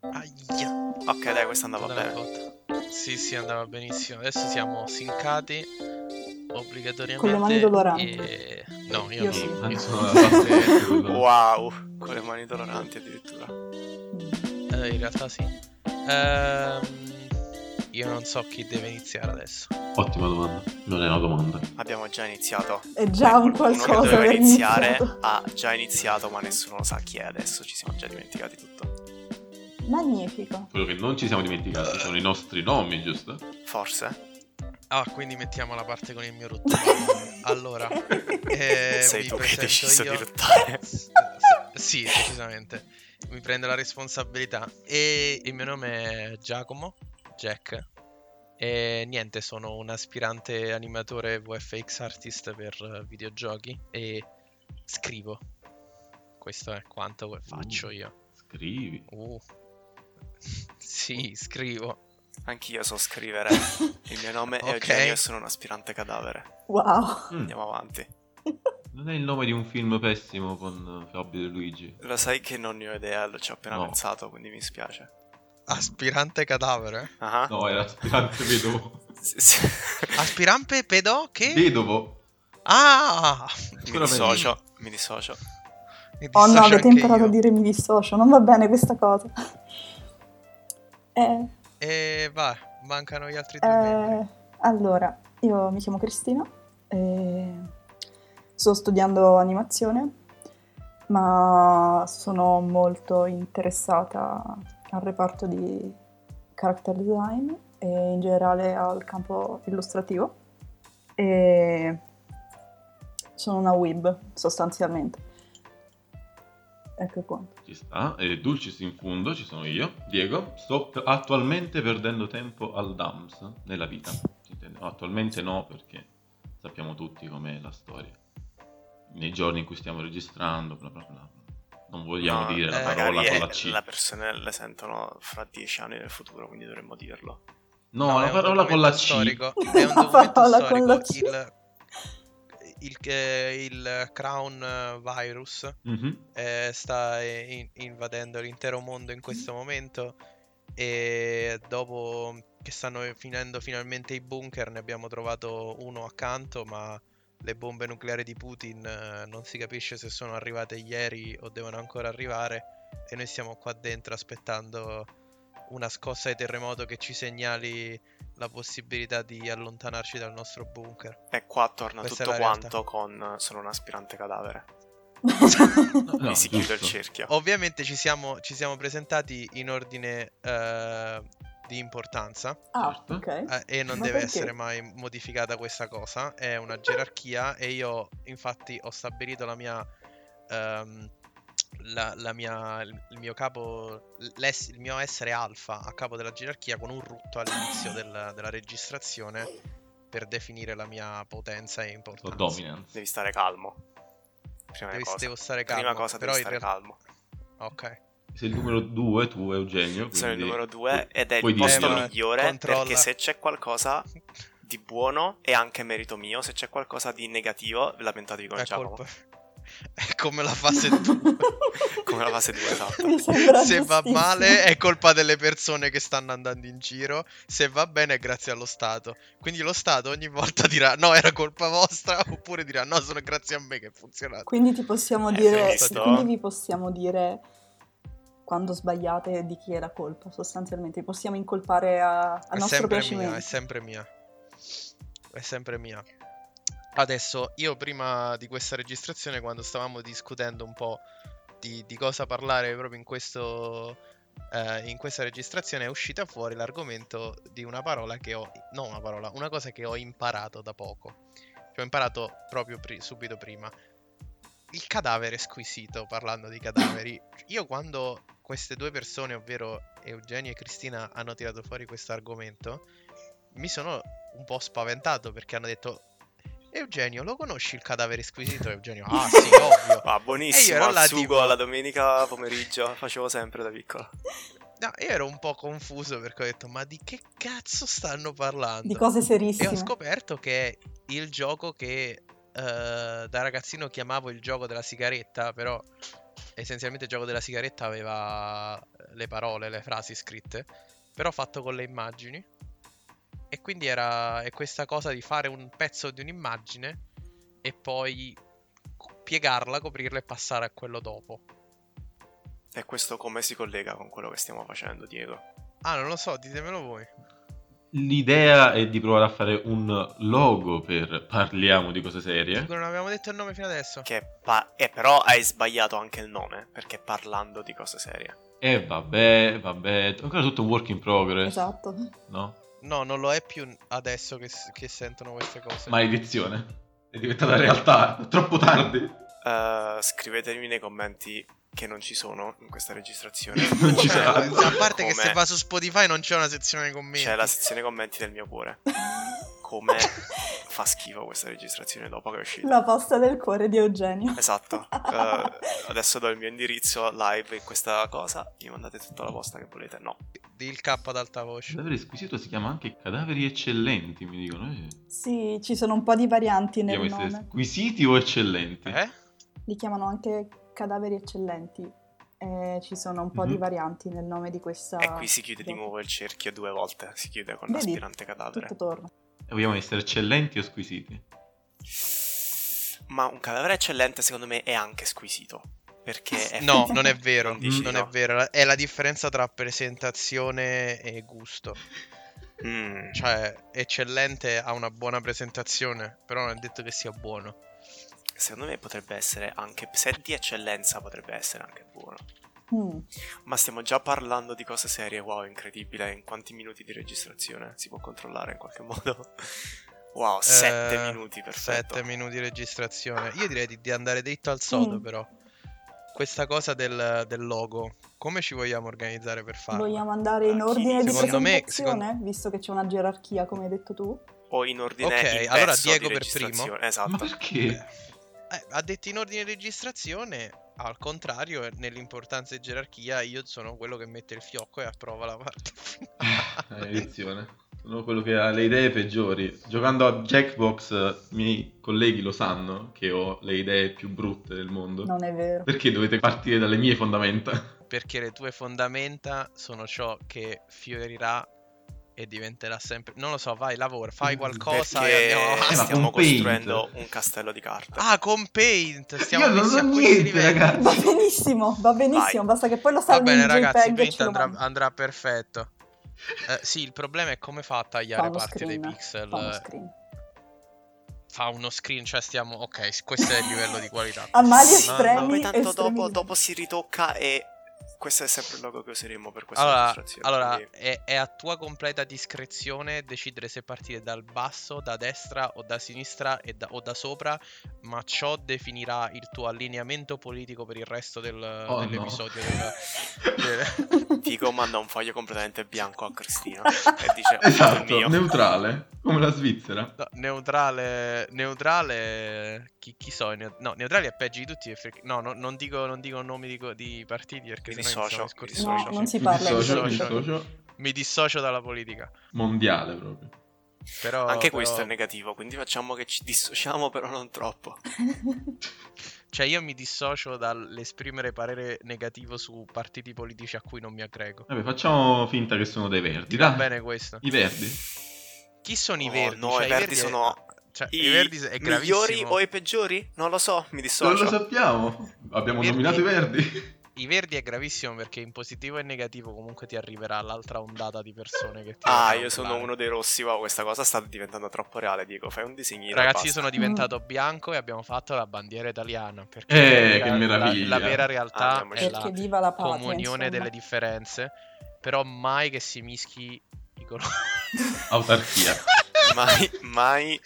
Aia. Ok, dai, questa andava Andava bene. cotta. Sì, sì, andava benissimo. Adesso siamo sincati obbligatoriamente. Con le mani doloranti. E... No, io, Io no. sì. Io sono Ah. dalla parte- Wow, con le mani doloranti addirittura. eh, in realtà sì. Ehm, io non so chi deve iniziare adesso. Ottima domanda. Non è una domanda. Abbiamo già iniziato. È già Qualcuno un che qualcosa. doveva aver iniziare iniziato. ha già iniziato, ma nessuno lo sa chi è adesso. Ci siamo già dimenticati tutto. Magnifico. Quello che non ci siamo dimenticati sono i nostri nomi, giusto? Forse? Ah, quindi mettiamo la parte con il mio ruttino. allora, eh, Sei vi tu che hai presento deciso io. di ruttare. S- s- sì, decisamente. Mi prendo la responsabilità. E il mio nome è Giacomo Jack. E niente, sono un aspirante animatore VFX artist per eh, videogiochi e scrivo. Questo è quanto faccio Uh. Mm. io. Scrivi. Uh. Sì, scrivo. Anch'io so scrivere. Il mio nome è Ok. Eugenio e sono un aspirante cadavere. Wow. Mm. Andiamo avanti. Non è il nome di un film pessimo con eh, Fabio De Luigi. Lo sai che non ne ho idea, lo ci ho appena No. pensato, quindi mi spiace. Aspirante cadavere? Ah ah. No, era aspirante vedovo. Sì, sì. Aspirante pedò che? Vedovo. Ah! mi Ancora dissocio, mi dissocio. Mi Oh no, dissocio anche avete imparato io. a dire mi dissocio. Non va bene questa cosa. Eh, E va, mancano gli altri due membri. eh, allora, io mi chiamo Cristina. e sto studiando animazione, ma sono molto interessata al reparto di character design e in generale al campo illustrativo. E sono una web sostanzialmente. Ecco qua. Ci sta. E Dulcis in fondo, ci sono io. Diego. Sto p- attualmente perdendo tempo al DAMS nella vita. Si intende? No, attualmente no, perché sappiamo tutti com'è la storia. Nei giorni in cui stiamo registrando, bla bla bla. Non vogliamo No, dire la eh, parola magari con è- la C. le persone le sentono fra dieci anni nel futuro, quindi dovremmo dirlo. No, No, è la un parola con la documento C. storico, È un La documento parola con la storico. Il, il, eh, il Crown eh, Virus Mhm. eh, sta eh, in- invadendo l'intero mondo in questo momento e dopo che stanno finendo finalmente i bunker ne abbiamo trovato uno accanto ma le bombe nucleari di Putin eh, non si capisce se sono arrivate ieri o devono ancora arrivare e noi siamo qua dentro aspettando una scossa di terremoto che ci segnali la possibilità di allontanarci dal nostro bunker. E qua torna Questa è tutto la realtà. quanto con eh, sono un aspirante cadavere. No, Mi si chiude il Ah, giusto. Oh. cerchio. Ovviamente ci siamo, ci siamo presentati in ordine eh, di importanza Ah, Certo. ok. eh, e non Ma deve perché? essere mai modificata questa cosa, è una gerarchia e io infatti ho stabilito la mia... ehm, la, la mia, il mio capo, l'ess- il mio essere alfa a capo della gerarchia con un rutto all'inizio del- della registrazione per definire la mia potenza e So importanza. dominance. Devi stare calmo. Prima Devi- cosa. devo stare calmo. Prima cosa devi però in stare realtà- calmo. Ok. Sei il numero 2, tu Eugenio. Sono il quindi numero due ed è puoi il posto dirlo. dirlo. migliore Eh, Controlla. perché se c'è qualcosa di buono è anche merito mio, se c'è qualcosa di negativo lamentatevi con è Giacomo. colpa. È come la fase 2. Come la fase due, esatto. Mi sembra Se va giustissimo. male è colpa delle persone che stanno andando in giro. Se va bene è grazie allo Stato. Quindi lo Stato ogni volta dirà no, era colpa vostra. Oppure dirà no, sono grazie a me che è funzionato. Quindi ti possiamo Eh, dire, questo- quindi vi possiamo dire quando sbagliate di chi è la colpa, sostanzialmente. Possiamo incolpare a, a È nostro sempre mia, è piacimento. sempre mia. È sempre mia. Adesso, io prima di questa registrazione, quando stavamo discutendo un po' di, di cosa parlare proprio in questo. eh, in questa registrazione è uscita fuori l'argomento di una parola che ho. No, una parola, una cosa che ho imparato da poco. Che ho imparato proprio pri- subito prima. Il cadavere squisito, parlando di cadaveri. Io quando queste due persone, ovvero Eugenio e Cristina, hanno tirato fuori questo argomento, mi sono un po' spaventato perché hanno detto Eugenio, lo conosci il cadavere squisito? Eugenio, ah sì, ovvio. Ah, E io buonissimo, ero al là, sugo tipo- la domenica pomeriggio, facevo sempre da piccola. No, io ero un po' confuso perché ho detto, ma di che cazzo stanno parlando? Di cose E ho serissime. scoperto che è il gioco che eh, da ragazzino chiamavo il gioco della sigaretta, però essenzialmente il gioco della sigaretta aveva le le parole, le frasi scritte, però fatto con le immagini. E quindi era è questa cosa di fare un pezzo di un'immagine e poi co- piegarla, coprirla e passare a quello dopo. E questo come si collega con quello che stiamo facendo, Diego? Ah, non lo so, ditemelo voi. L'idea è di provare a fare un logo per parliamo di cose serie. Dico, non avevamo detto il nome fino adesso. Che pa- eh, però hai sbagliato anche il nome, perché parlando di cose serie. E vabbè, vabbè, ancora tutto un work in progress, Esatto. no? No, non lo è più adesso che, s- che sentono queste cose. Maledizione. È diventata realtà, troppo tardi. Eh, scrivetemi nei commenti che non ci sono in questa registrazione. Non ci Cioè, sarà. C'è la- a parte che se come- va su Spotify non c'è una sezione commenti. C'è la sezione commenti del mio cuore. Come fa schifo questa registrazione dopo che è uscita. La pasta del cuore di Eugenio. Esatto. Eh, adesso do il mio indirizzo live in questa cosa. Mi mandate tutta la posta che volete. No. Di il K ad alta voce. Cadavere squisito si chiama anche cadaveri eccellenti, mi dicono. eh. Sì, ci sono un po' di varianti nel Dobbiamo essere nome. squisiti o eccellenti? Eh? Li chiamano anche cadaveri eccellenti. Eh, ci sono un po' Mhm. di varianti nel nome di questa... Ah, E qui si chiude di nuovo il cerchio due volte. Si chiude con Vedi? l'aspirante cadavere. Tutto torna. E Eh, Vogliamo essere eccellenti o squisiti? Ma un cadavere eccellente, secondo me, è anche squisito. Perché è Eh, No, non è vero. Non dici non no. è vero. La- È la differenza tra presentazione e gusto. Mm. Cioè, eccellente ha una buona presentazione, però non è detto che sia buono. Secondo me potrebbe essere anche. Se è di eccellenza, potrebbe essere anche buono. Mm. Ma stiamo già parlando di cose serie. Wow, incredibile. In quanti minuti di registrazione? Si può controllare in qualche modo? Wow, sette Eh, minuti, perfetto. Sette minuti di registrazione. Io direi di, di andare dritto al sodo, Mm. però. Questa cosa del, del logo, come ci vogliamo organizzare per farlo? Vogliamo andare in Ah, chi- ordine di secondo me- presentazione, visto che c'è una gerarchia, come hai detto tu? o in ordine Ok, inverso allora di Diego per registrazione. primo. Ma Esatto. perché? Ah, Eh, ha detto in ordine di registrazione, al contrario, eh, nell'importanza e gerarchia, io sono quello che mette il fiocco e approva la parte Eh, finale. Maledizione. Sono quello che ha le idee peggiori. Giocando a Jackbox, eh, i miei colleghi lo sanno che ho le idee più brutte del mondo. Non è vero. Perché dovete partire dalle mie fondamenta? Perché le tue fondamenta sono ciò che fiorirà e diventerà sempre... Non lo so, vai, lavora, fai Mm, qualcosa e perché andiamo avanti. Eh, ma stiamo con Paint. costruendo un castello di carte. Ah, con Paint! Stiamo Io non messi so a 15 niente, livelli. ragazzi. Va benissimo, va benissimo, Vai. basta che poi lo Va salvi bene in ragazzi, JPEG e Paint ce lo andrà, mandi. andrà perfetto. Eh, sì, il problema è come fa a tagliare Fa uno parte dei screen, pixel. Fa uno eh, screen. fa uno screen, cioè stiamo. Ok, s- questo è il livello di qualità. A mali No, Ma estremi. poi tanto estremi dopo, livelli. dopo si ritocca e questo è sempre il logo che useremo per questa Allora, registrazione. allora quindi- è, è a tua completa discrezione decidere se partire dal basso, da destra o da sinistra e da- o da sopra, ma ciò definirà il tuo allineamento politico per il resto del- no. dell'episodio. del- del- Diego manda un foglio completamente bianco a Cristina e dice "Questo è Esatto, il mio. neutrale, come la Svizzera. no, neutrale, neutrale, chi, chi so? i neu- No, neutrale è peggio di tutti. perché- no, no, non, dico, non dico nomi di, co- di partiti perché Mi sennò iniziamo dissocio, mi discorsi No, politici. non si Mi parla di dissocio, mi social. questo. dissocio. Mi dissocio dalla politica. mondiale proprio. Però, Anche però- questo è negativo, quindi facciamo che ci dissociamo, però non troppo. Cioè, io mi dissocio dall'esprimere parere negativo su partiti politici a cui non mi aggrego. Vabbè, facciamo finta che sono dei verdi, Va dai. bene questo. I verdi. Chi sono i Oh, verdi? Ah. no, Cioè, i verdi è- sono cioè, I, i verdi è migliori gravissimo. o i peggiori? Non lo so, mi Non dissocio. lo sappiamo. Abbiamo Verdi. nominato i verdi. I verdi è gravissimo perché in positivo e in negativo comunque ti arriverà l'altra ondata di persone che ti Ah, vorranno io sono urlare. uno dei rossi. Wow, questa cosa sta diventando troppo reale, Diego. Fai un disegnino. Ragazzi, io e basta. sono diventato bianco e abbiamo fatto la bandiera italiana. Perché Eh, la- che meraviglia. La, la vera realtà Andiamoci. è la Perché viva la patria, comunione insomma. delle differenze. Però mai che si mischi i colori. Autarchia. Mai, mai.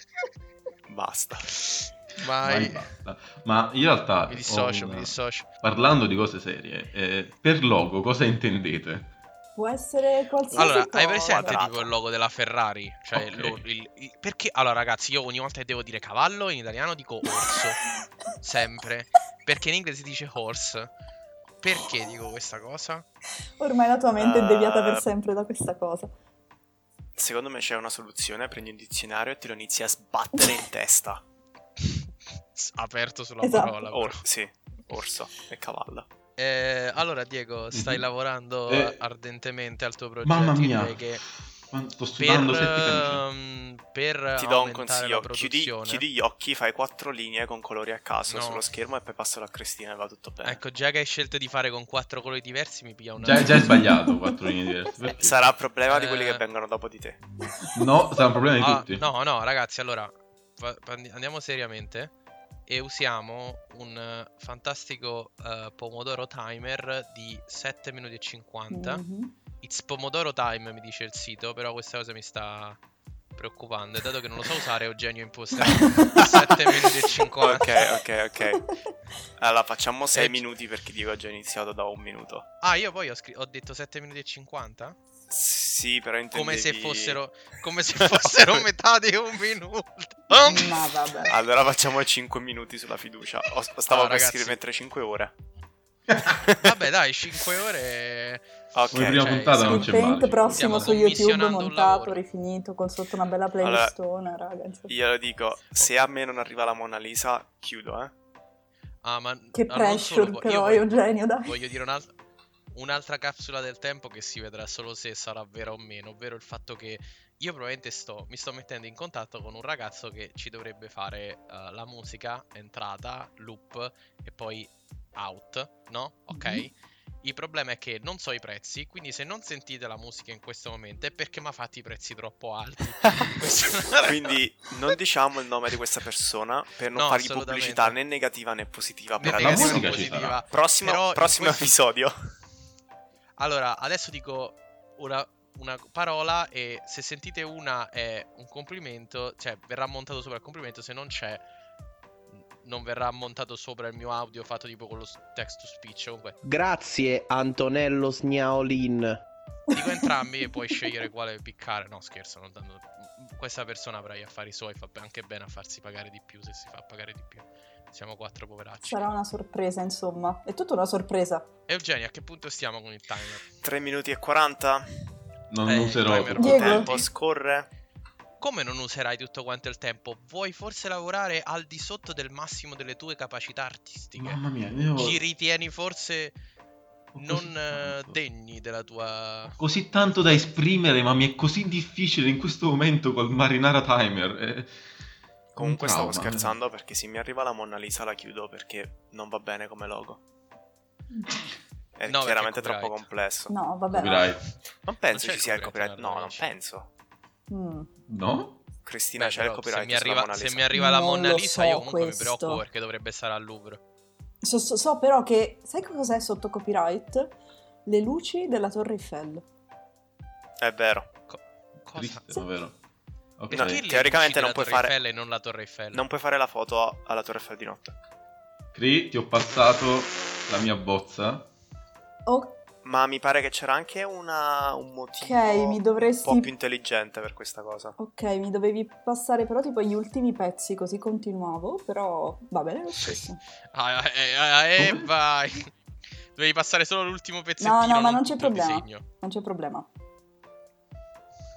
Basta. Vai, Mai. basta. Ma in realtà, Mi ho dissocio, una- mi dissocio. parlando di cose serie, eh, per logo cosa intendete? Può essere qualsiasi Allora, cosa. hai presente quadrato. tipo il logo della Ferrari? Cioè, Ok. lo- il- il- perché? Allora, ragazzi, io ogni volta che devo dire cavallo, in italiano dico orso. Sempre. Perché in inglese si dice horse. Perché dico questa cosa? Ormai la tua mente è deviata per Eh, sempre da questa cosa. Secondo me c'è una soluzione. Prendi un dizionario e te lo inizi a sbattere in testa. S- Aperto sulla Esatto. parola. però. Or- sì, orso e cavallo. Eh, allora, Diego, stai Mhm. lavorando Eh, ardentemente al tuo progetto. Mamma io mia, Cioè, direi che Quanto sto per, eh, sudando setticamente. ehm, per Ti do un aumentare consiglio, la chiudi, produzione. chiudi gli occhi, fai quattro linee con colori a caso No. sullo schermo e poi passo la crestina e va tutto bene. Ecco, già che hai scelto di fare con quattro colori diversi, mi piglia una. Già, già è sbagliato quattro linee diverse. Perché? Eh, Sarà problema di quelli Eh. che vengono dopo di te. No, sarà un problema di Ah, tutti. no, no, ragazzi, allora fa- fa- andiamo seriamente e usiamo un eh, fantastico eh, pomodoro timer di 7 minuti e 50. Mhm. It's Pomodoro Time mi dice il sito, però questa cosa mi sta preoccupando. E dato che non lo so usare, Eugenio imposta 7 minuti e 50. Ok, ok, ok. Allora facciamo 6 Eh, gi- minuti perché dico ho già iniziato da un minuto. Ah, io poi ho, scri- ho detto 7 minuti e 50? Sì, però intendevi... Come se fossero, come se fossero metà di un minuto. Ma vabbè. Allora facciamo 5 minuti sulla fiducia. Ho- stavo Ah, per ragazzi. scrivere mettere 5 ore. Vabbè, dai, 5 ore. Ok. Come prima cioè, puntata non c'è male. Sprint Stiamo prossimo su YouTube commissionando un montato, lavoro. rifinito, con sotto una bella Allora, playlistona, raga. insomma. Io lo dico, se a me non arriva la Mona Lisa, chiudo, eh. Ah, ma Che ah, non solo, pressure vo- però, voglio- Eugenio, dai. Voglio dire un'altra, un'altra capsula del tempo che si vedrà solo se sarà vera o meno, ovvero il fatto che io probabilmente sto, mi sto mettendo in contatto con un ragazzo che ci dovrebbe fare eh, la musica, entrata, loop e poi out, no? Ok? Mhm. Il problema è che non so i prezzi, quindi se non sentite la musica in questo momento è perché mi ha fatto i prezzi troppo alti. Questa- Quindi non diciamo il nome di questa persona per non No, fargli assolutamente. pubblicità né negativa né positiva. Né per negativa, adesso. negativa né musica ci sarà. positiva. Prossimo, Però in prossimo questo- episodio. Allora, adesso dico una, una parola e se sentite una è un complimento, cioè verrà montato sopra il complimento, se non c'è non verrà montato sopra il mio audio fatto tipo con lo s- text to speech comunque Grazie Antonello Sgnaolin. dico entrambi e puoi scegliere quale piccare no scherzo non tanto- questa persona avrà gli affari suoi fa anche bene a farsi pagare di più se si fa pagare di più siamo quattro poveracci Sarà una sorpresa, insomma. È tutta una sorpresa. Eugenio a che punto stiamo con il timer 3 minuti e 40. Non Eh, userò timer tutto Diego. il Il tempo. tempo scorre. Come non userai tutto quanto il tempo? Vuoi forse lavorare al di sotto del massimo delle tue capacità artistiche? Mamma mia, io... Ci ritieni forse ho così non eh, tanto- degni della tua... Così tanto da esprimere, ma mi è così difficile in questo momento col Marinara Timer. eh. Comunque Un stavo trauma, eh. scherzando perché se mi arriva la Mona Lisa la chiudo perché non va bene come logo. È No, perché chiaramente è copyright. troppo complesso. No, vabbè. no. Copyright. Non penso Non c'è ci sia il il copyright. copyright No, alla non Mona penso. Mm. No? Cristina Beh, c'è il però copyright se mi, sulla arriva, Mona se Lisa. mi arriva la Non Mona lo Lisa so io comunque questo. mi preoccupo perché dovrebbe stare al Louvre. So, so- so però che... Sai che cos'è sotto copyright? Le luci della Torre Eiffel. È vero. Cosa? Triste, davvero. Ok. No, Perché le teoricamente luci della non puoi Torre fare- Eiffel e non la Torre Eiffel? Non puoi fare la foto alla Torre Eiffel di notte. Cri, ti ho passato la mia bozza. Ok, Ma mi pare che c'era anche una, un motivo mi un po' dovresti... più intelligente per questa cosa. Ok, mi dovevi passare però tipo gli ultimi pezzi così continuavo, però va bene lo stesso. Ah, ah, eh, ah, eh, Come? vai! Dovevi passare solo l'ultimo pezzettino. no, ma non c'è tutto il problema. disegno. Non c'è problema.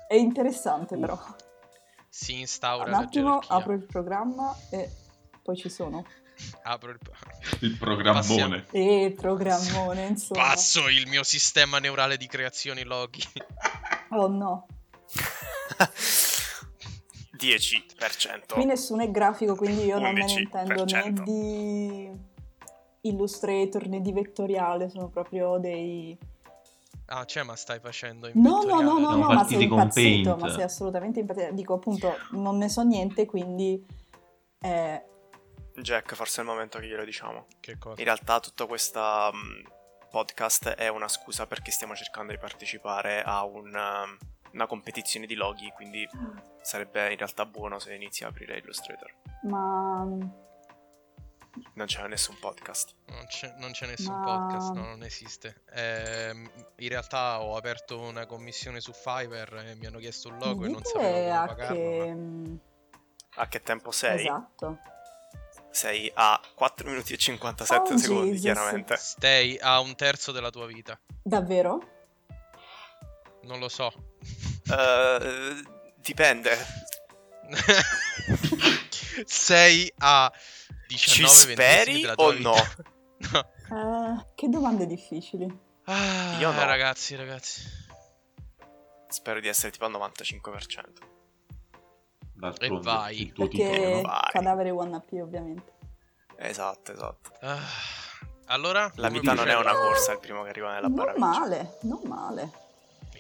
È interessante però. Si instaura Un la attimo, gerarchia. apro il programma e poi ci sono. Apro il... Il programmone. E il programmone, insomma. Passo il mio sistema neurale di creazioni loghi. Oh no. 10%. Qui nessuno è grafico, quindi io non me ne intendo né 11%. di Illustrator né di vettoriale, sono proprio dei... Ah, cioè, ma stai facendo in No, no, no, vettoriale? no, Siamo no, ma partiti sei con impazzito, Paint. ma sei assolutamente impazzito. Dico appunto, non ne so niente, quindi... eh, Jack, forse è il momento che glielo diciamo. Che cosa? In realtà tutto questo podcast è una scusa perché stiamo cercando di partecipare a un, um, una competizione di loghi, quindi Mm. sarebbe in realtà buono se inizi a aprire Illustrator. ma... Non c'è nessun podcast. Non c'è, non c'è nessun Ma- podcast, no, non esiste. Ehm, in realtà ho aperto una commissione su Fiverr e mi hanno chiesto un logo mi e non dite sapevo come a pagarlo. che... mm, ma- A che tempo sei? Esatto. Sei a 4 minuti e 57 Oh, secondi, Jesus. chiaramente. Stay a un terzo della tua vita. Davvero? Non lo so. Eh, dipende. Sei a 19 Ci speri della tua o vita. no? No. Eh, Eh, che domande difficili. Ah, Io no. ragazzi, ragazzi. Spero di essere tipo al 95%. D'altronde, E vai. Il tuo Perché titolo, titolo. vai. cadavere one up ovviamente. Esatto, esatto. Ah, allora, La come vita non è dicevo, una corsa, il primo che arriva nella Non baracca. male, non male.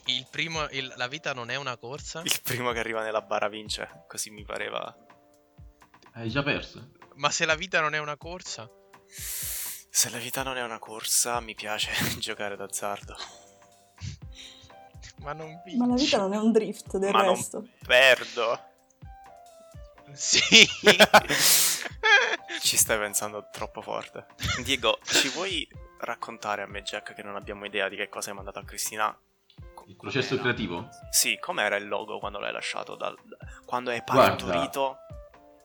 Il primo, il- la vita non è una corsa. Il primo che arriva nella bara vince, così mi pareva. Hai già perso? Ma se la vita non è una corsa, Se la vita non è una corsa, mi piace giocare d'azzardo. ma non vinci. Ma la vita non è un drift del Ma resto. non perdo. Sì. Ci stai pensando troppo forte. Diego, ci vuoi raccontare a me, Jack, che non abbiamo idea di che cosa hai mandato a Cristina? Co- Il processo com'era? creativo? Sì, com'era il logo quando l'hai lasciato? dal- Quando hai partorito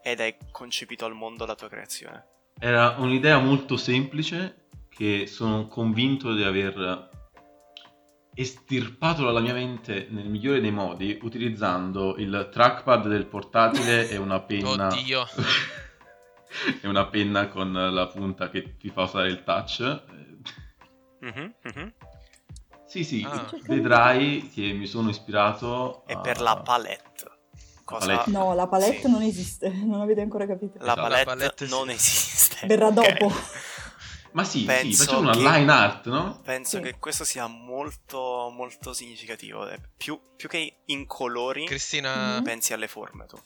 ed hai concepito al mondo la tua creazione? Era un'idea molto semplice che sono convinto di aver estirpato dalla mia mente nel migliore dei modi utilizzando il trackpad del portatile e una penna Oddio. e una penna con la punta che ti fa usare il touch. Mhm, mhm. Sì, sì, Ah. vedrai che mi sono ispirato E a- per la palette. Ah. palette. No, la palette Sì. non esiste, non avete ancora capito. La Esatto. palette, La palette sì. non esiste. Verrà Eh, ok? dopo. Ma sì, sì, Penso facciamo una che- line art, no? Penso Sì. che questo sia molto, molto significativo. eh. Più, più che in colori, Cristina, Mm. pensi alle forme tu.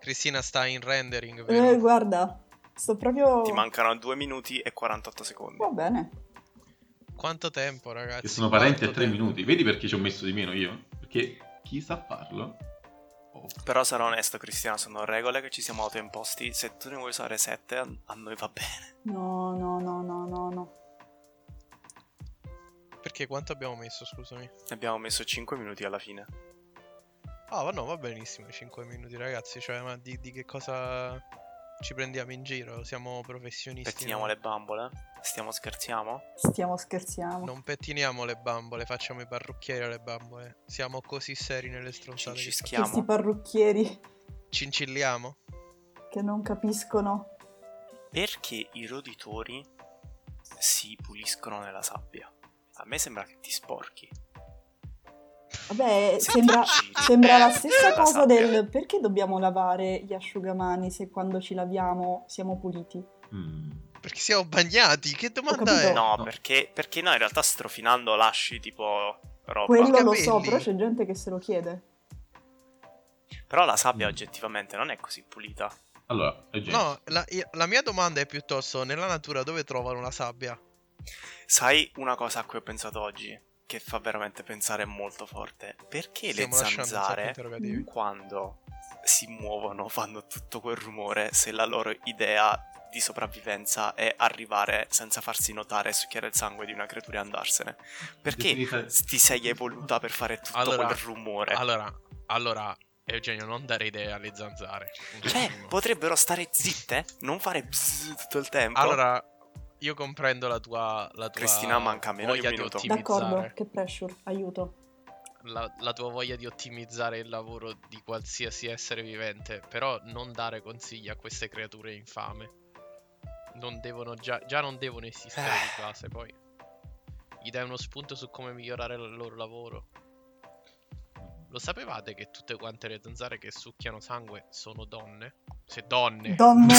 Cristina sta in rendering, vero? Eh, guarda, sto proprio... Ti mancano 2 minuti e 48 secondi. Va bene. Quanto tempo, ragazzi? Che sono parenti a Quanto tre tempo? minuti. Vedi perché ci ho messo di meno io? Perché chi sa farlo? Oh. Però sarò onesto, Cristiano, sono regole che ci siamo autoimposti. Se tu ne vuoi usare 7, a a noi va bene. No, no, no, no, no, no. Perché quanto abbiamo messo, scusami? Ne Abbiamo messo 5 minuti alla fine. Ah, ma no, va benissimo, 5 minuti, ragazzi. Cioè, ma di, di che cosa ci prendiamo in giro? Siamo professionisti. Pettiniamo no? le bambole. Stiamo scherziamo? Stiamo scherziamo. Non pettiniamo le bambole, facciamo i parrucchieri alle bambole. Siamo così seri nelle stronzate. che Cincischiamo. Questi parrucchieri facciamo. Cincilliamo? che non capiscono. Perché i roditori si puliscono nella sabbia? A me sembra che ti sporchi. Vabbè, Sì, sembra, sì. sembra la stessa La cosa sabbia. del perché dobbiamo lavare gli asciugamani se quando ci laviamo siamo puliti. Mm. Perché siamo bagnati? Che domanda capito. è? Eh, No, No. perché, perché no, in realtà strofinando lasci tipo roba. Quello lo capelli. so, però c'è gente che se lo chiede. Però la sabbia Mm. oggettivamente non è così pulita. Allora, è gente. No, la, io- la mia domanda è piuttosto: nella natura dove trovano la sabbia? Sai una cosa a cui ho pensato oggi, che fa veramente pensare molto forte? Perché Stiamo le lasciando un sacco di zanzare, Mm. interrogativi. quando si muovono, fanno tutto quel rumore se la loro idea di sopravvivenza è arrivare senza farsi notare e succhiare il sangue di una creatura e andarsene? Perché Definita- ti sei evoluta per fare tutto Allora- quel rumore? Allora, allora, Eugenio, non dare idee alle zanzare. Un Cioè, attimo. potrebbero stare zitte, non fare bzz tutto il tempo. allora, io comprendo la tua. La tua Cristina, manca meno di voglia un minuto. di D'accordo, ottimizzare. che pressure, aiuto. La, la tua voglia di ottimizzare il lavoro di qualsiasi essere vivente. Però, non dare consigli a queste creature infame. Non devono già. Già non devono esistere Eh. di base, poi. Gli dai uno spunto su come migliorare il loro lavoro. Lo sapevate che tutte quante le zanzare che succhiano sangue sono donne? Se donne. Donne.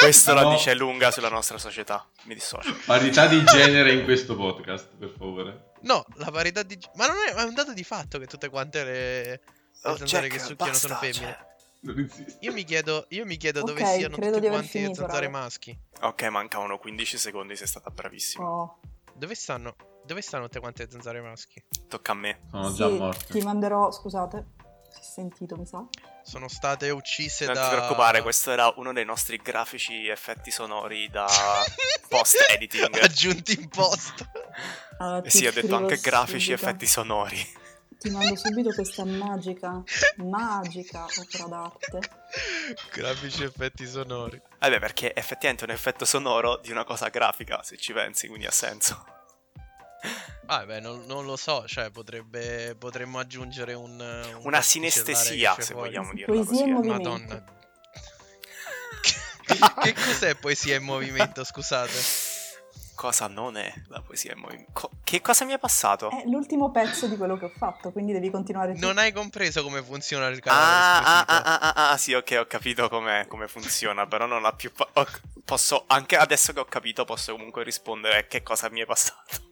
Questo la No. dice lunga sulla nostra società. Mi dissocio. Parità di genere in questo podcast, per favore. no, la parità di. Ma non è, ma è un dato di fatto che tutte quante le. Oh, zanzare Jack, che succhiano sono basta, femmine. cioè. Non esiste. Io mi chiedo, io mi chiedo dove Ok, siano credo tutte di aver quante le finito, zanzare raga. maschi. Ok, mancavano 15 secondi, sei stata bravissima. Oh, Dove stanno? Dove stanno tutte quante le zanzare maschi? Tocca a me. Sono sì, già morto. Ti manderò, scusate, si è sentito, mi sa. Sono state uccise non da. ti preoccupare, questo era uno dei nostri grafici effetti sonori da post editing. Aggiunti in post. Allora, ti Eh sì, ho detto scrivo anche grafici subito- effetti sonori. Ti mando subito questa magica, magica opera d'arte. Grafici effetti sonori. Vabbè, perché effettivamente è un effetto sonoro di una cosa grafica, se ci pensi, quindi ha senso. Ah, beh, non, non lo so, cioè potrebbe, potremmo aggiungere un... un Una casticellare che sinestesia, c'è se fuori. vogliamo Sì, dirla poesia così. e eh. movimento. Madonna. che cos'è poesia in movimento, Eh scusate? Cosa non è la poesia in movimento? Co- che cosa mi è passato? È l'ultimo pezzo di quello che ho fatto, quindi devi continuare tu. Non hai compreso come funziona il canale Ah, ah, espressivo. ah, ah, ah, ah, sì, ok, ho capito com'è- come funziona, però non ha più... pa- ho- posso, anche adesso che ho capito, posso comunque rispondere che cosa mi è passato.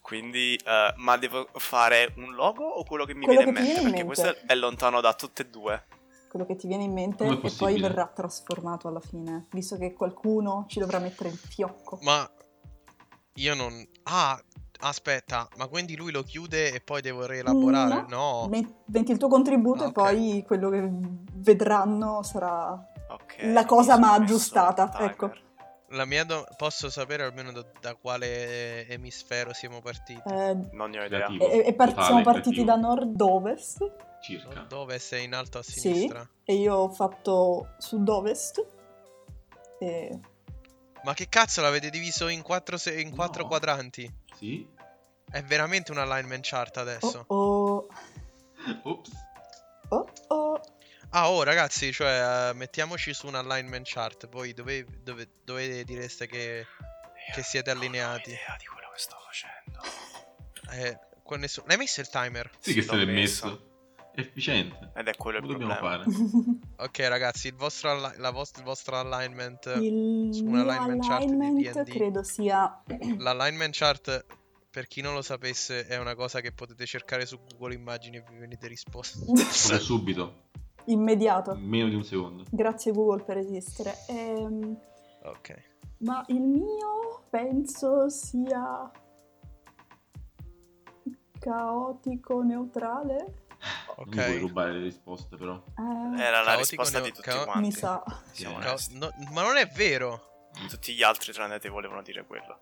Quindi, eh, ma devo fare un logo o quello che mi Quello viene che ti in mente? viene Perché in questo è lontano da tutte e due. Quello che ti viene in mente Com'è e poi possibile? verrà trasformato alla fine, visto che qualcuno ci dovrà mettere in fiocco. Ma io non... Ah, aspetta, ma quindi lui lo chiude e poi devo rielaborare? No. Me- metti il tuo contributo Ah, e ok. poi quello che vedranno sarà... Ok. La cosa mi sono ma messo aggiustata, il timer. ecco. La mia do- Posso sapere almeno da, da quale emisfero siamo partiti? eh, Non ne ho idea. Creativo. e e par- Totale siamo partiti creativo. da nord-ovest Circa. Dove sei in alto a Sì. sinistra? e io ho fatto sud-ovest. E... Ma che cazzo l'avete diviso in quattro, se- in quattro No. quadranti? Sì. È veramente un alignment chart adesso. Oh, oh, Ops. oh, oh. Ah, oh ragazzi, cioè eh, mettiamoci su un alignment chart. Voi dove, dove, dove direste che Che siete allineati. Non ho idea di quello che sto facendo. eh, con nessuno- L'hai messo il timer? Sì che Sì, se l'è l'ho messo. messo. Efficiente. Ed è quello il Lo dobbiamo problema. fare. Ok, ragazzi, il vostro, alli- la vost- il vostro alignment. eh, il su un mio alignment chart di alignment D&D. credo sia... L'alignment chart, per chi non lo sapesse, è una cosa che potete cercare su Google Immagini e vi venite risposte. Come subito. immediato. Meno di un secondo. Grazie Google per esistere. Ehm, ok. ma il mio penso sia caotico neutrale. Non mi puoi Ok. rubare le risposte però. Eh, Era la Caotico risposta neo- di tutti cao- quanti. mi sa. Siamo Sì. Ca- onesti. no- ma non è vero. Tutti gli altri tranne te volevano dire quello.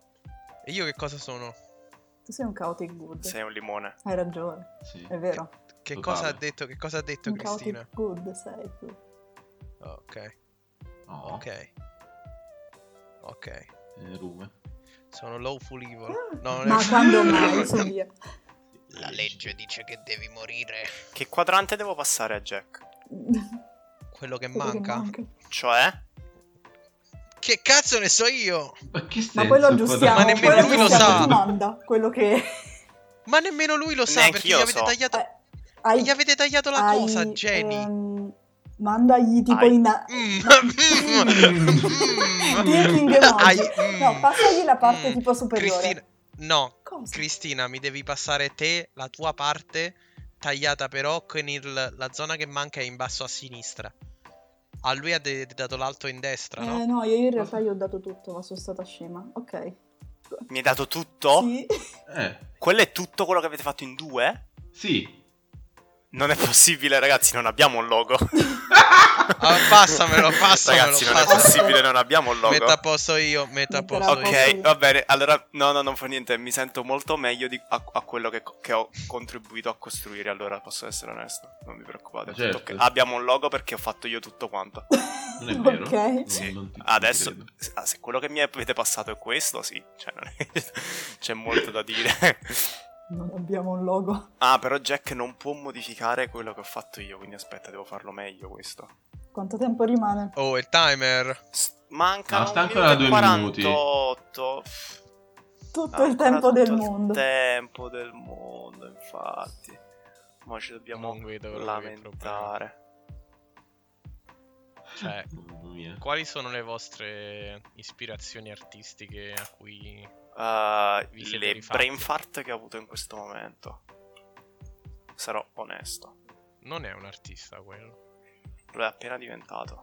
E io che cosa sono? Tu sei un chaotic good. Sei un limone. Hai ragione, Sì. è vero. Che Totale. cosa ha detto? Che cosa ha detto Un Cristina? chaotic good sei tu. Ok. No. Ok. Ok. Eh, rume. Sono lawful evil. No, non è- Ah. Ma quando mai? Su via. La legge dice che devi morire. Che quadrante devo passare a Jack? Quello che Quello che manca. Cioè? Che cazzo ne so io? Ma che senso? Ma poi lo aggiustiamo. Ma nemmeno poi lui lo aggiustiamo sa. a domanda, quello che... Ma nemmeno lui lo sa Neanche perché gli io lo avete, so. tagliato, Eh, hai- gli avete tagliato la hai, eh, cosa, Jenny. ehm, mandagli tipo Hai. in... a- Mm, Mm. Thinking Ai- emoji. No, mm. passagli la parte Mm. tipo superiore. Cristina, no, Cosa? Cristina, mi devi passare te, la tua parte, tagliata però con il- la zona che manca è in basso a sinistra. A lui ha de- dato l'alto in destra, Eh, no? no, io in realtà gli ho dato tutto, ma sono stata scema. Ok. Mi hai dato tutto? Sì. Eh. Quello è tutto quello che avete fatto in due? Sì. Non è possibile, ragazzi, non abbiamo un logo. Ah, passamelo, passamelo, Ragazzi, non è passamelo. possibile, non abbiamo un logo. Metà a posto io, metà a Metterà posto a io. Ok, va bene. Allora, no, no, non fa niente. Mi sento molto meglio di- a, a quello che, co- che ho contribuito a costruire. Allora, posso essere onesto. Non vi preoccupate. è tutto Certo. ok. Abbiamo un logo perché ho fatto io tutto quanto. Non è vero. Ok. Non- Sì. non ti- non ti Adesso, credo. se- ah, se quello che mi avete passato è questo, sì. Cioè, non è- c'è molto da dire. Non abbiamo un logo. Ah, però Jack non può modificare quello che ho fatto io. Quindi, aspetta, devo farlo meglio questo. Quanto tempo rimane? Oh, il timer. S- Mancano Ma sta un ancora minuto e due minuti. 48. Tutto il Ancora tempo tutto del mondo. Il tempo del mondo, infatti. Ma ci dobbiamo Non vedo proprio il problema. lamentare. Eh. Cioè, Mamma mia. quali sono le vostre ispirazioni artistiche a cui Uh, Vi siete le rifatti. brain fart che ho avuto in questo momento. Sarò onesto. non è un artista quello? Lo è appena diventato.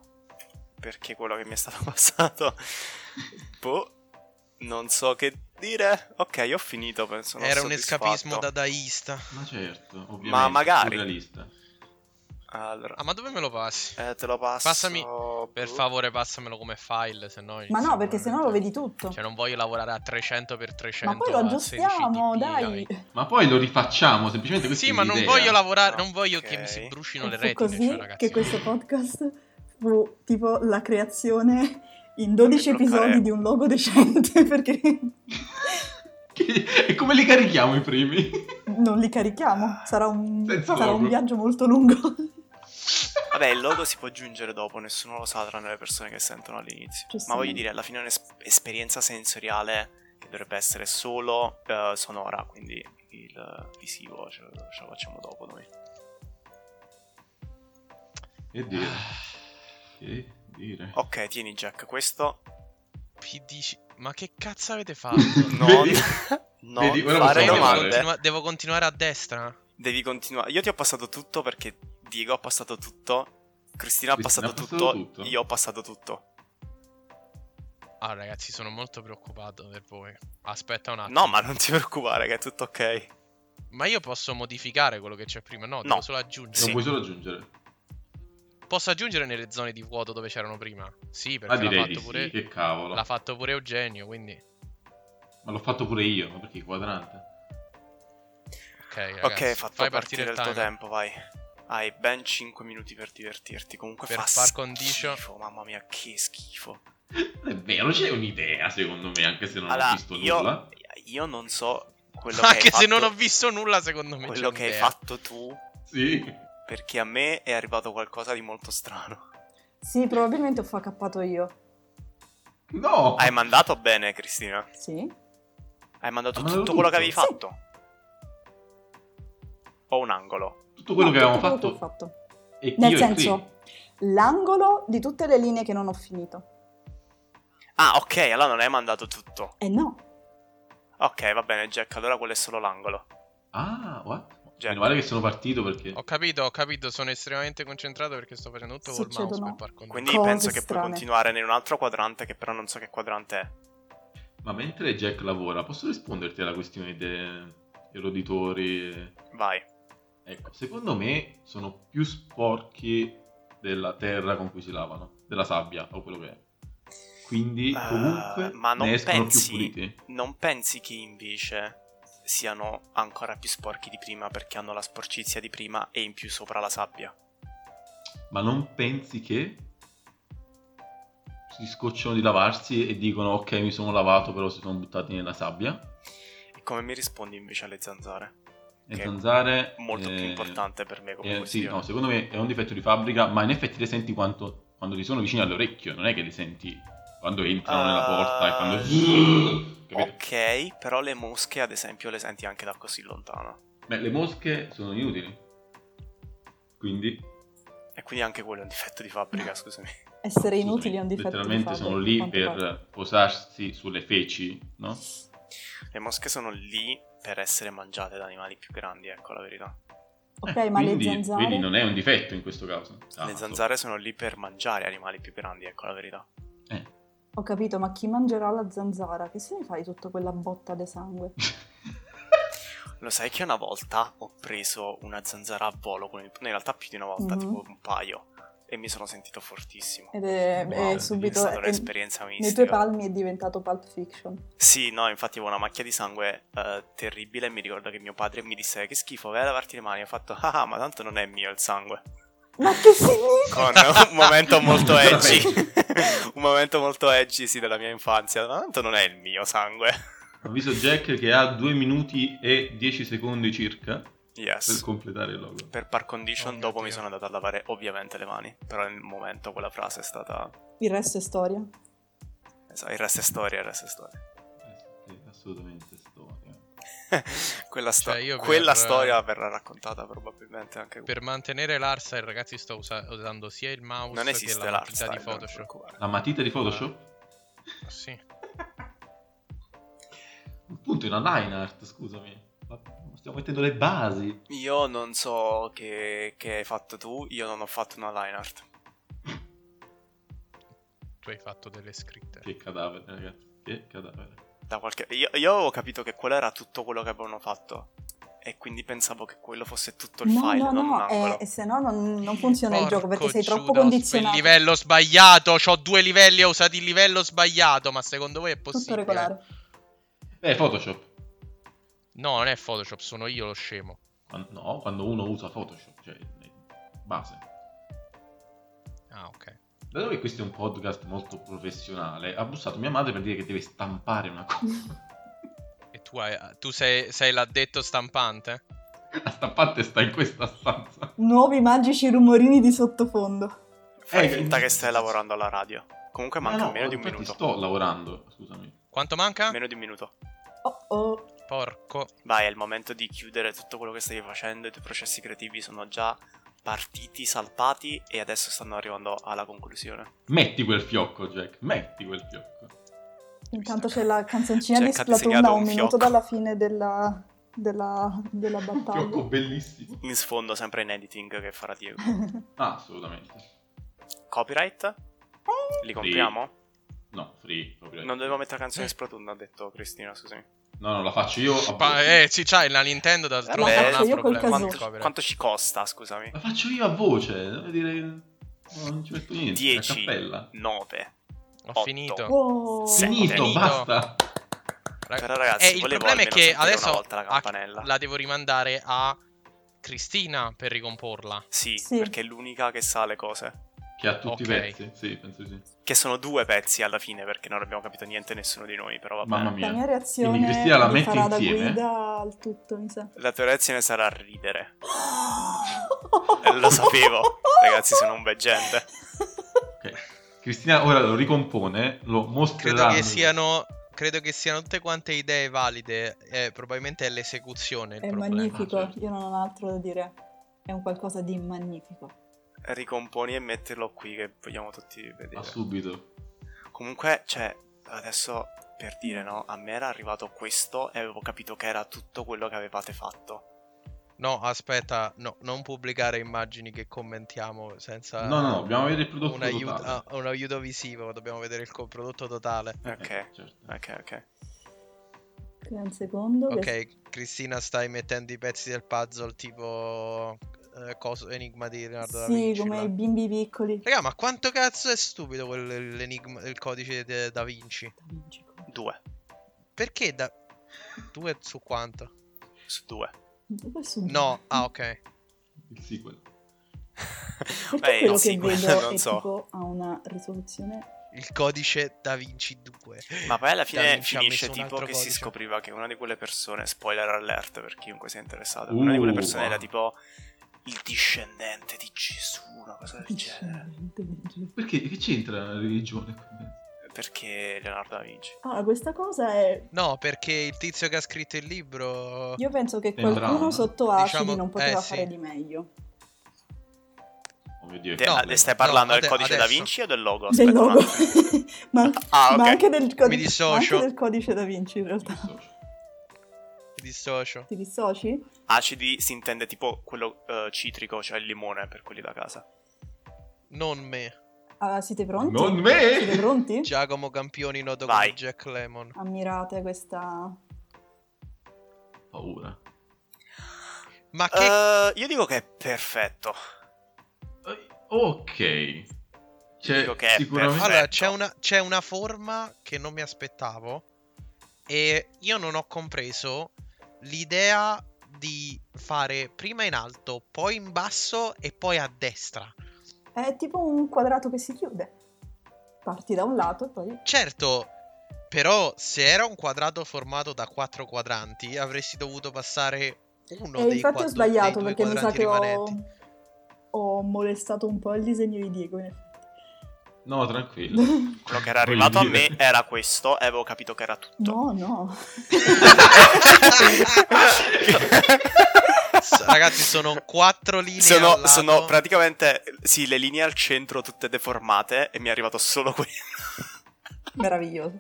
Perché quello che mi è stato passato. boh. Non so che dire. Ok, ho finito, penso. non Era un soddisfatto. escapismo dadaista. Ma certo, ovviamente. magari. Surrealista. Allora, Ah, ma dove me lo passi? eh, te lo passo. Passami, Per boh. favore, passamelo come file, se no Ma no, perché sicuramente- sennò lo vedi tutto. Cioè, non voglio lavorare a 300 x 300 Ma poi lo a aggiustiamo, 16 dB, dai. Ma poi lo rifacciamo, semplicemente questa Sì, è ma non l'idea. voglio lavorare, non No, voglio ok. che si brucino le Fu retine, così cioè, ragazzi. che questo podcast fu tipo la creazione in 12 Fammi bloccare. episodi di un logo decente perché Che- E come li carichiamo i primi? non li carichiamo. Sarà un, Senza sarà un logo. viaggio molto lungo. Vabbè, il logo si può aggiungere dopo, nessuno lo sa tranne le persone che sentono all'inizio. Ma Giustamente. voglio dire, alla fine è un'esperienza sensoriale che dovrebbe essere solo eh, sonora, quindi il visivo ce lo, ce lo facciamo dopo noi. Che dire? Che dire? Ok, tieni Jack, questo PDC. Ma che cazzo avete fatto? non, Vedi? non Vedi, ora fare possiamo devo, domande. male. continuare. continua- devo continuare a destra? Devi continuare. Io ti ho passato tutto perché Diego ha passato tutto, Cristina ha passato, Cristina ha passato tutto. io ho passato tutto. Ah, ragazzi, sono molto preoccupato per voi. Aspetta un attimo. No, ma non ti preoccupare che è tutto ok. Ma io posso modificare quello che c'è prima? No, No. devo solo Lo aggiungere. Sì. puoi solo aggiungere. Posso aggiungere nelle zone di vuoto dove c'erano prima? Sì, perché Ah, l'ha direi fatto, di sì, pure... che cavolo. l'ha fatto pure Eugenio, quindi... Ma l'ho fatto pure io, ma perché quadrante? Ok, ragazzi, ok, fatto fai partire, partire il tuo timer. tempo, vai. Hai ben 5 minuti per divertirti. Comunque Per fa par condicio. schifo, mamma mia, che schifo. È vero, c'è un'idea, secondo me, anche se non allora, ho visto io, nulla. io non so quello che Anche hai se fatto, non ho visto nulla, secondo me. quello c'è che hai un'idea. fatto tu, Sì. perché a me è arrivato qualcosa di molto strano. Sì, probabilmente ho facappato io. Oh. No! Hai mandato bene, Cristina. Sì? Hai mandato Hai tutto, mandato quello che tutto? avevi Sì. fatto. Ho un angolo. Tutto quello No, che tutto avevamo quello che fatto, ho fatto. e chi Nel io senso, l'angolo di tutte le linee che non ho finito. Ah, ok, allora non hai mandato tutto. Eh no, Ok, va bene, Jack, allora quello è solo l'angolo. Ah, what? Già. Meno male che sono partito perché... Ho capito, ho capito, sono estremamente concentrato perché sto facendo tutto col mouse per Succedono par condicio. Quindi Cose penso che strane. puoi continuare in un altro quadrante, che però non so che quadrante è. Ma mentre Jack lavora, posso risponderti alla questione dei roditori? Vai. Ecco, secondo me sono più sporchi della terra con cui si lavano, della sabbia o quello che è. Quindi Ah, comunque ma non ne escono pensi- più puliti. Non pensi che invece siano ancora più sporchi di prima perché hanno la sporcizia di prima e in più sopra la sabbia? Ma non pensi che si scocciano di lavarsi e dicono ok mi sono lavato però si sono buttati nella sabbia? E come mi rispondi invece alle zanzare? Le Che è zanzare... Molto più eh, importante per me come eh, sì, questione. no, secondo me è un difetto di fabbrica, ma in effetti le senti quanto- quando ti sono vicini all'orecchio, non è che li senti quando entrano nella porta e Ah, quando... Capito? Ok, però le mosche ad esempio le senti anche da così lontano. Beh, le mosche sono inutili. Quindi, E quindi anche quello è un difetto di fabbrica, scusami. essere scusami, inutili è un difetto. di letteralmente fabbrica, sono a lì quanto per pare. posarsi sulle feci, no? Le mosche sono lì per essere mangiate da animali più grandi, ecco la verità. Ok, Eh, ma le quindi, zanzare... Quindi non è un difetto in questo caso. Ah, Le so. zanzare sono lì per mangiare animali più grandi, ecco la verità. Eh. Ho capito, ma chi mangerà la zanzara? Che se ne fai tutta quella botta di sangue? Lo sai che una volta ho preso una zanzara a volo, con il- no, in realtà più di una volta, Mhm. tipo un paio, e mi sono sentito fortissimo. Ed è, eh, Wow, è è subito... stata è- un'esperienza nei tuoi mistica. palmi è diventato Pulp Fiction. Sì, no, infatti avevo una macchia di sangue eh, terribile e mi ricordo che mio padre mi disse che schifo, vai a lavarti le mani. Ho fatto, ah, ma tanto non è mio il sangue. Ma che significa? Con un momento molto edgy. un momento molto edgy, sì, della mia infanzia. Ma tanto non è il mio sangue. Avviso Jack che ha 2 minuti e 10 secondi circa per Yes. completare il logo. Per par condition, Oh mio dopo mi Dio. sono andato a lavare ovviamente le mani. Però nel momento quella frase è stata. Il resto è storia. esatto, Il resto è storia, il resto è storia. Eh, sì, assolutamente storia. quella sto- Cioè, io per- quella storia verrà raccontata probabilmente anche Per mantenere l'ARSA, ragazzi, sto usa- usando sia il mouse Non che esiste eh, la matita l'arte di Photoshop. La matita di Photoshop? Sì. Appunto, è una line art, scusami. Ma Stiamo mettendo le basi. Io non so che, che hai fatto tu, io non ho fatto una line art. Tu hai fatto delle scritte. Che cadavere, ragazzi. Che cadavere. Da qualche... io, io avevo capito che quello era tutto quello che avevano fatto. E quindi pensavo che quello fosse tutto il No, file, no, non un no, angolo. eh, se no non, non funziona il Porco gioco perché sei troppo Giuda, ho condizionato. Il livello sbagliato, ho due livelli e ho usato il livello sbagliato, ma secondo voi è Tutto possibile? regolare. Eh, Photoshop. No, non è Photoshop, sono io lo scemo. Quan- No, quando uno usa Photoshop, cioè eh, base. Ah, ok. Dato che questo è un podcast molto professionale, ha bussato mia madre per dire che deve stampare una cosa. E tu, hai- tu sei, sei l'addetto stampante? La stampante sta in questa stanza. Nuovi magici rumorini di sottofondo. Fai Eh, finta eh, che stai lavorando alla radio. Comunque manca no, no, meno di un infatti minuto. Sto lavorando, scusami. Quanto manca? Meno di un minuto. Oh oh. Porco. Vai, è il momento di chiudere tutto quello che stavi facendo. I tuoi processi creativi sono già partiti, salpati e adesso stanno arrivando alla conclusione. Metti quel fiocco, Jack, metti quel fiocco. Intanto c'è la canzoncina Cerca di di Splatoon segnare a Cioè, un un minuto fiocco. dalla fine della, della, della Fiocco battaglia. bellissimo. In sfondo sempre in editing che farà Diego. Ah, assolutamente. Copyright? Li Eh, compriamo? No, free, proprio. Non dovevo mettere canzone Splatoon, ha detto Cristina, scusami. No, no, la faccio io. a Pa- voce. eh, sì, c'hai la Nintendo da Vabbè, non ha faccio io col problema. casone. Quanto, Quanto, quanto ci costa, scusami? La faccio io a voce, devo dire... no, non ci metto niente, Dieci. a cappella. 9. Ho Otto. finito. Wow. Sì. Finito, Finito. basta. Rag- Però ragazzi, eh, il volevo problema è almeno che sentire adesso una volta la a- campanella. la devo rimandare a Cristina per ricomporla. Sì, Sì. perché è l'unica che sa le cose. Che ha tutti Ok. i pezzi, sì, penso di sì. Che sono due pezzi alla fine, perché non abbiamo capito niente nessuno di noi, però va bene. Mamma La mia mia. reazione Quindi Cristina la mi mette farà da insieme? guida al tutto, mi sa. La tua reazione sarà ridere. Eh, Lo sapevo. Ragazzi, sono un veggente. Ok. Cristina ora lo ricompone, lo mostrerà. Credo che siano. Credo che siano tutte quante idee valide. eh, probabilmente è l'esecuzione il È problema. cioè. magnifico, certo. io non ho altro da dire. È un qualcosa di magnifico. Ricomponi e metterlo qui che vogliamo tutti vedere. Ma subito. Comunque, cioè, adesso per dire no, a me era arrivato questo e avevo capito che era tutto quello che avevate fatto. No, aspetta, no, non pubblicare immagini che commentiamo senza No, no, no, dobbiamo vedere il prodotto un, aiuto, totale. ah, un aiuto visivo, dobbiamo vedere il co- prodotto totale. Ok. certo. Ok, ok. Qui è Un secondo. che- Ok, Cristina, stai mettendo i pezzi del puzzle tipo eh, coso- Enigma di Leonardo da Sì, Vinci. come là. i bimbi piccoli. Raga, ma quanto cazzo è stupido quel, l'enigma, il codice de- da Vinci? Due Perché da... Due su quanto? su due. Dove sono? No, ah ok. Il sequel. Perché eh, Beh, quello il che sequel, vedo non è so. tipo ha una risoluzione. Il codice da Vinci 2. Ma poi alla Da fine Vinci ha messo finisce un tipo altro che si codice. scopriva che una di quelle persone, spoiler alert per chiunque sia interessato, una di quelle Uh. persone ah. era tipo il discendente di Gesù, una cosa del genere. Perché? Che c'entra la religione? qui in mezzo? Perché Leonardo da Vinci. Ah, questa cosa è. No, perché il tizio che ha scritto il libro... Io penso che Sembra, qualcuno no? sotto acidi Diciamo- non poteva eh, sì. fare di meglio. Oh mio Dio. Te, No, ah, le stai parlando no, del ade- codice da adesso. Vinci o del logo? del Aspetta un logo. attimo. ma, Ah, ok. ma anche del Mi codice. ma dissocio. anche del codice da Vinci, in realtà. cioè, Ti dissocio. Ti dissoci? Acidi si intende tipo quello eh, citrico, cioè il limone per quelli da casa. Non me. Ah, siete pronti? Non me! Siete pronti? Giacomo Campioni, noto Vai. come Jack Lemon. Ammirate questa. Paura. Ma che... Eh, io dico che è perfetto. Eh, Ok. C'è Dico che è sicuramente... perfetto. Allora, c'è una, c'è una forma che non mi aspettavo e io non ho compreso l'idea di fare prima in alto, poi in basso e poi a destra. È tipo un quadrato che si chiude. Parti da un lato e poi. Certo, però se era un quadrato formato da quattro quadranti, avresti dovuto passare uno e dei, Eh, infatti quad- ho sbagliato dei due perché mi sa quadranti che ho... rimanenti. ho molestato un po' il disegno di Diego. in effetti. No, tranquillo. Quello che era arrivato a Voglio dire. me era questo e avevo capito che era tutto. No, no. Ragazzi, sono quattro linee. al Sono, lato. sono praticamente, sì, le linee al centro tutte deformate e mi è arrivato solo quello. Meraviglioso.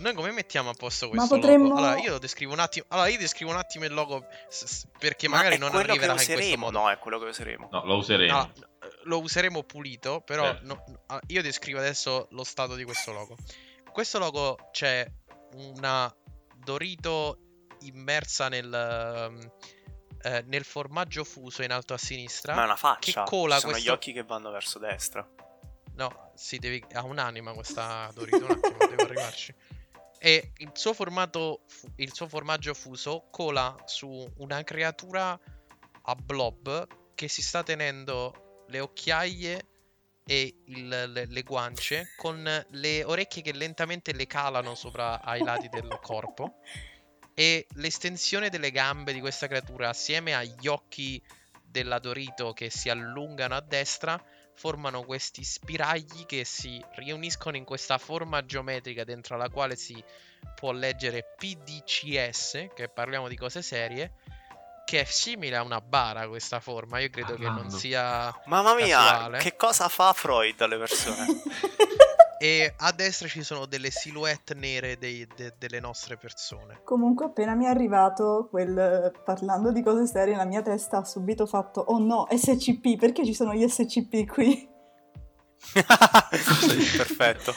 Noi come mettiamo a posto questo potremmo- logo? Allora, io lo descrivo un attimo. Allora, io descrivo un attimo il logo s- s- perché Ma magari è non quello arriverà che in questo useremo. modo. No, è quello che useremo. No, lo useremo. Ah, lo useremo pulito, però Certo. no- no- ah, io descrivo adesso lo stato di questo logo. Questo logo c'è una Dorito immersa nel, ehm, eh, nel formaggio fuso in alto a sinistra. Ma è una faccia. Che cola Ci sono gli questo- occhi che vanno verso destra. No, si deve... ha un'anima questa Dorito, un attimo, devo arrivarci. E il suo, formato fu- il suo formaggio fuso cola su una creatura a blob che si sta tenendo le occhiaie e il- le, le guance con le orecchie che lentamente le calano sopra ai lati del corpo e l'estensione delle gambe di questa creatura assieme agli occhi della Dorito che si allungano a destra formano questi spiragli che si riuniscono in questa forma geometrica dentro la quale si può leggere PDCS, che parliamo di cose serie, che è simile a una bara questa forma, io credo che non Parlando. sia... Mamma mia, Casuale. che cosa fa Freud alle persone? Cioè. E a destra ci sono delle silhouette nere dei- de- delle nostre persone. Comunque, appena mi è arrivato quel parlando di cose serie, la mia testa ha subito fatto: Oh no, SCP, perché ci sono gli SCP qui? Perfetto.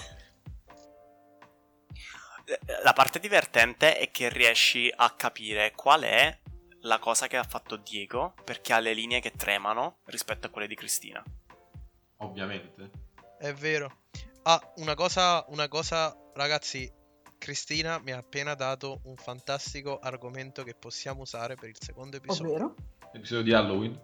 La parte divertente è che riesci a capire qual è la cosa che ha fatto Diego perché ha le linee che tremano rispetto a quelle di Cristina. Ovviamente. È vero. Ah, una cosa, una cosa, ragazzi. Cristina mi ha appena dato un fantastico argomento che possiamo usare per il secondo episodio. Ovvero? Oh. Episodio di Halloween.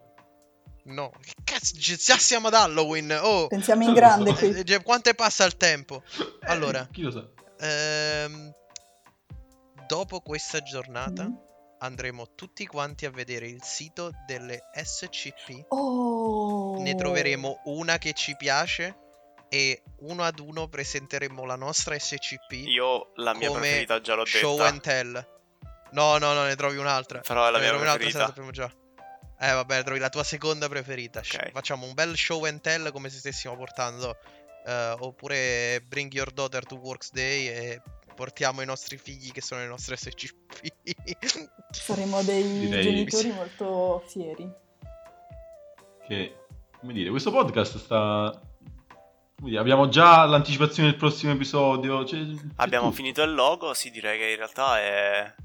No, che cazzo, gi- già siamo ad Halloween. Oh, Pensiamo in grande qui. Eh, gi- quanto è passa il tempo? Eh, Allora. chi lo sa? Ehm, dopo questa giornata Mm. andremo tutti quanti a vedere il sito delle SCP. Oh, Ne troveremo una che ci piace e uno ad uno presenteremo la nostra SCP. Io la mia Come preferita già l'ho Show detta. and tell. No, no, no, ne trovi un'altra. Però è la Ne mia trovi un'altra, se la sappiamo preferita. già. Eh, vabbè, trovi la tua seconda preferita. Sh- Ok. Facciamo un bel show and tell come se stessimo portando. eh, oppure Bring Your Daughter to Works Day e portiamo i nostri figli che sono i nostri SCP. Saremo dei Direi- genitori molto fieri. Che, come dire, questo podcast sta... come dire, abbiamo già l'anticipazione del prossimo episodio. cioè, c'è Abbiamo tutto. finito il logo, sì, direi che in realtà è...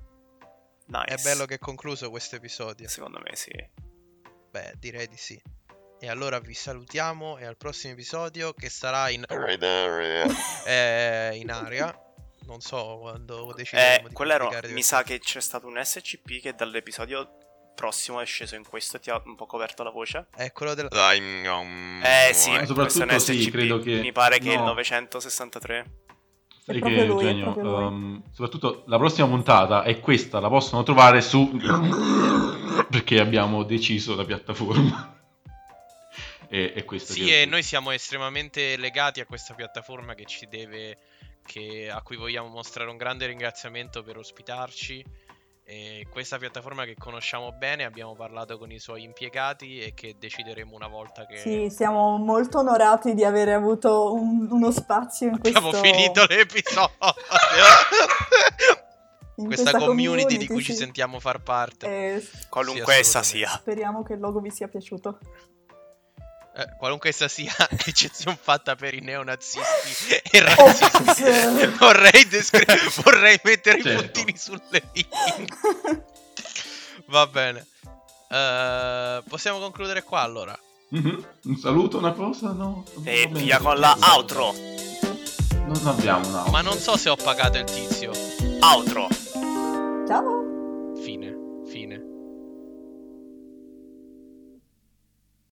Nice. È bello che è concluso questo episodio. Secondo me sì. Beh, direi di sì. E allora vi salutiamo e al prossimo episodio che sarà in, eh, in aria. Non so quando Eh, decideremo di quello ero, pubblicare mi sa che c'è stato un SCP che dall'episodio prossimo è sceso in questo e ti ha un po' coperto la voce. È quello della... Eh sì, questo Ma è un soprattutto sì, SCP. credo che- Mi pare che no. il 963. Sai È che, proprio lui, è Eugenio, proprio lui. ehm, soprattutto la prossima puntata è questa, la possono trovare su... perché abbiamo deciso la piattaforma. e, e questa Sì, che- e noi siamo estremamente legati a questa piattaforma che ci deve, che- a cui vogliamo mostrare un grande ringraziamento per ospitarci. E questa piattaforma che conosciamo bene, abbiamo parlato con i suoi impiegati e che decideremo una volta che Sì, siamo molto onorati di avere avuto un- uno spazio in abbiamo questo... finito l'episodio. in questa community di community, cui ci sì. sentiamo far parte. Eh, Qualunque Sì, essa assolutamente. sia. speriamo che il logo vi sia piaciuto. Eh, qualunque essa sia, eccezione fatta per i neonazisti e sì. razzisti, vorrei, descri- vorrei mettere i Certo. puntini sulle i. Va bene. Eh, possiamo concludere qua allora. Mhm. Un saluto, una cosa? No. E Va bene. via con la outro. Non abbiamo una outro. Ma non so se ho pagato il tizio. Outro. Ciao! Fine, fine.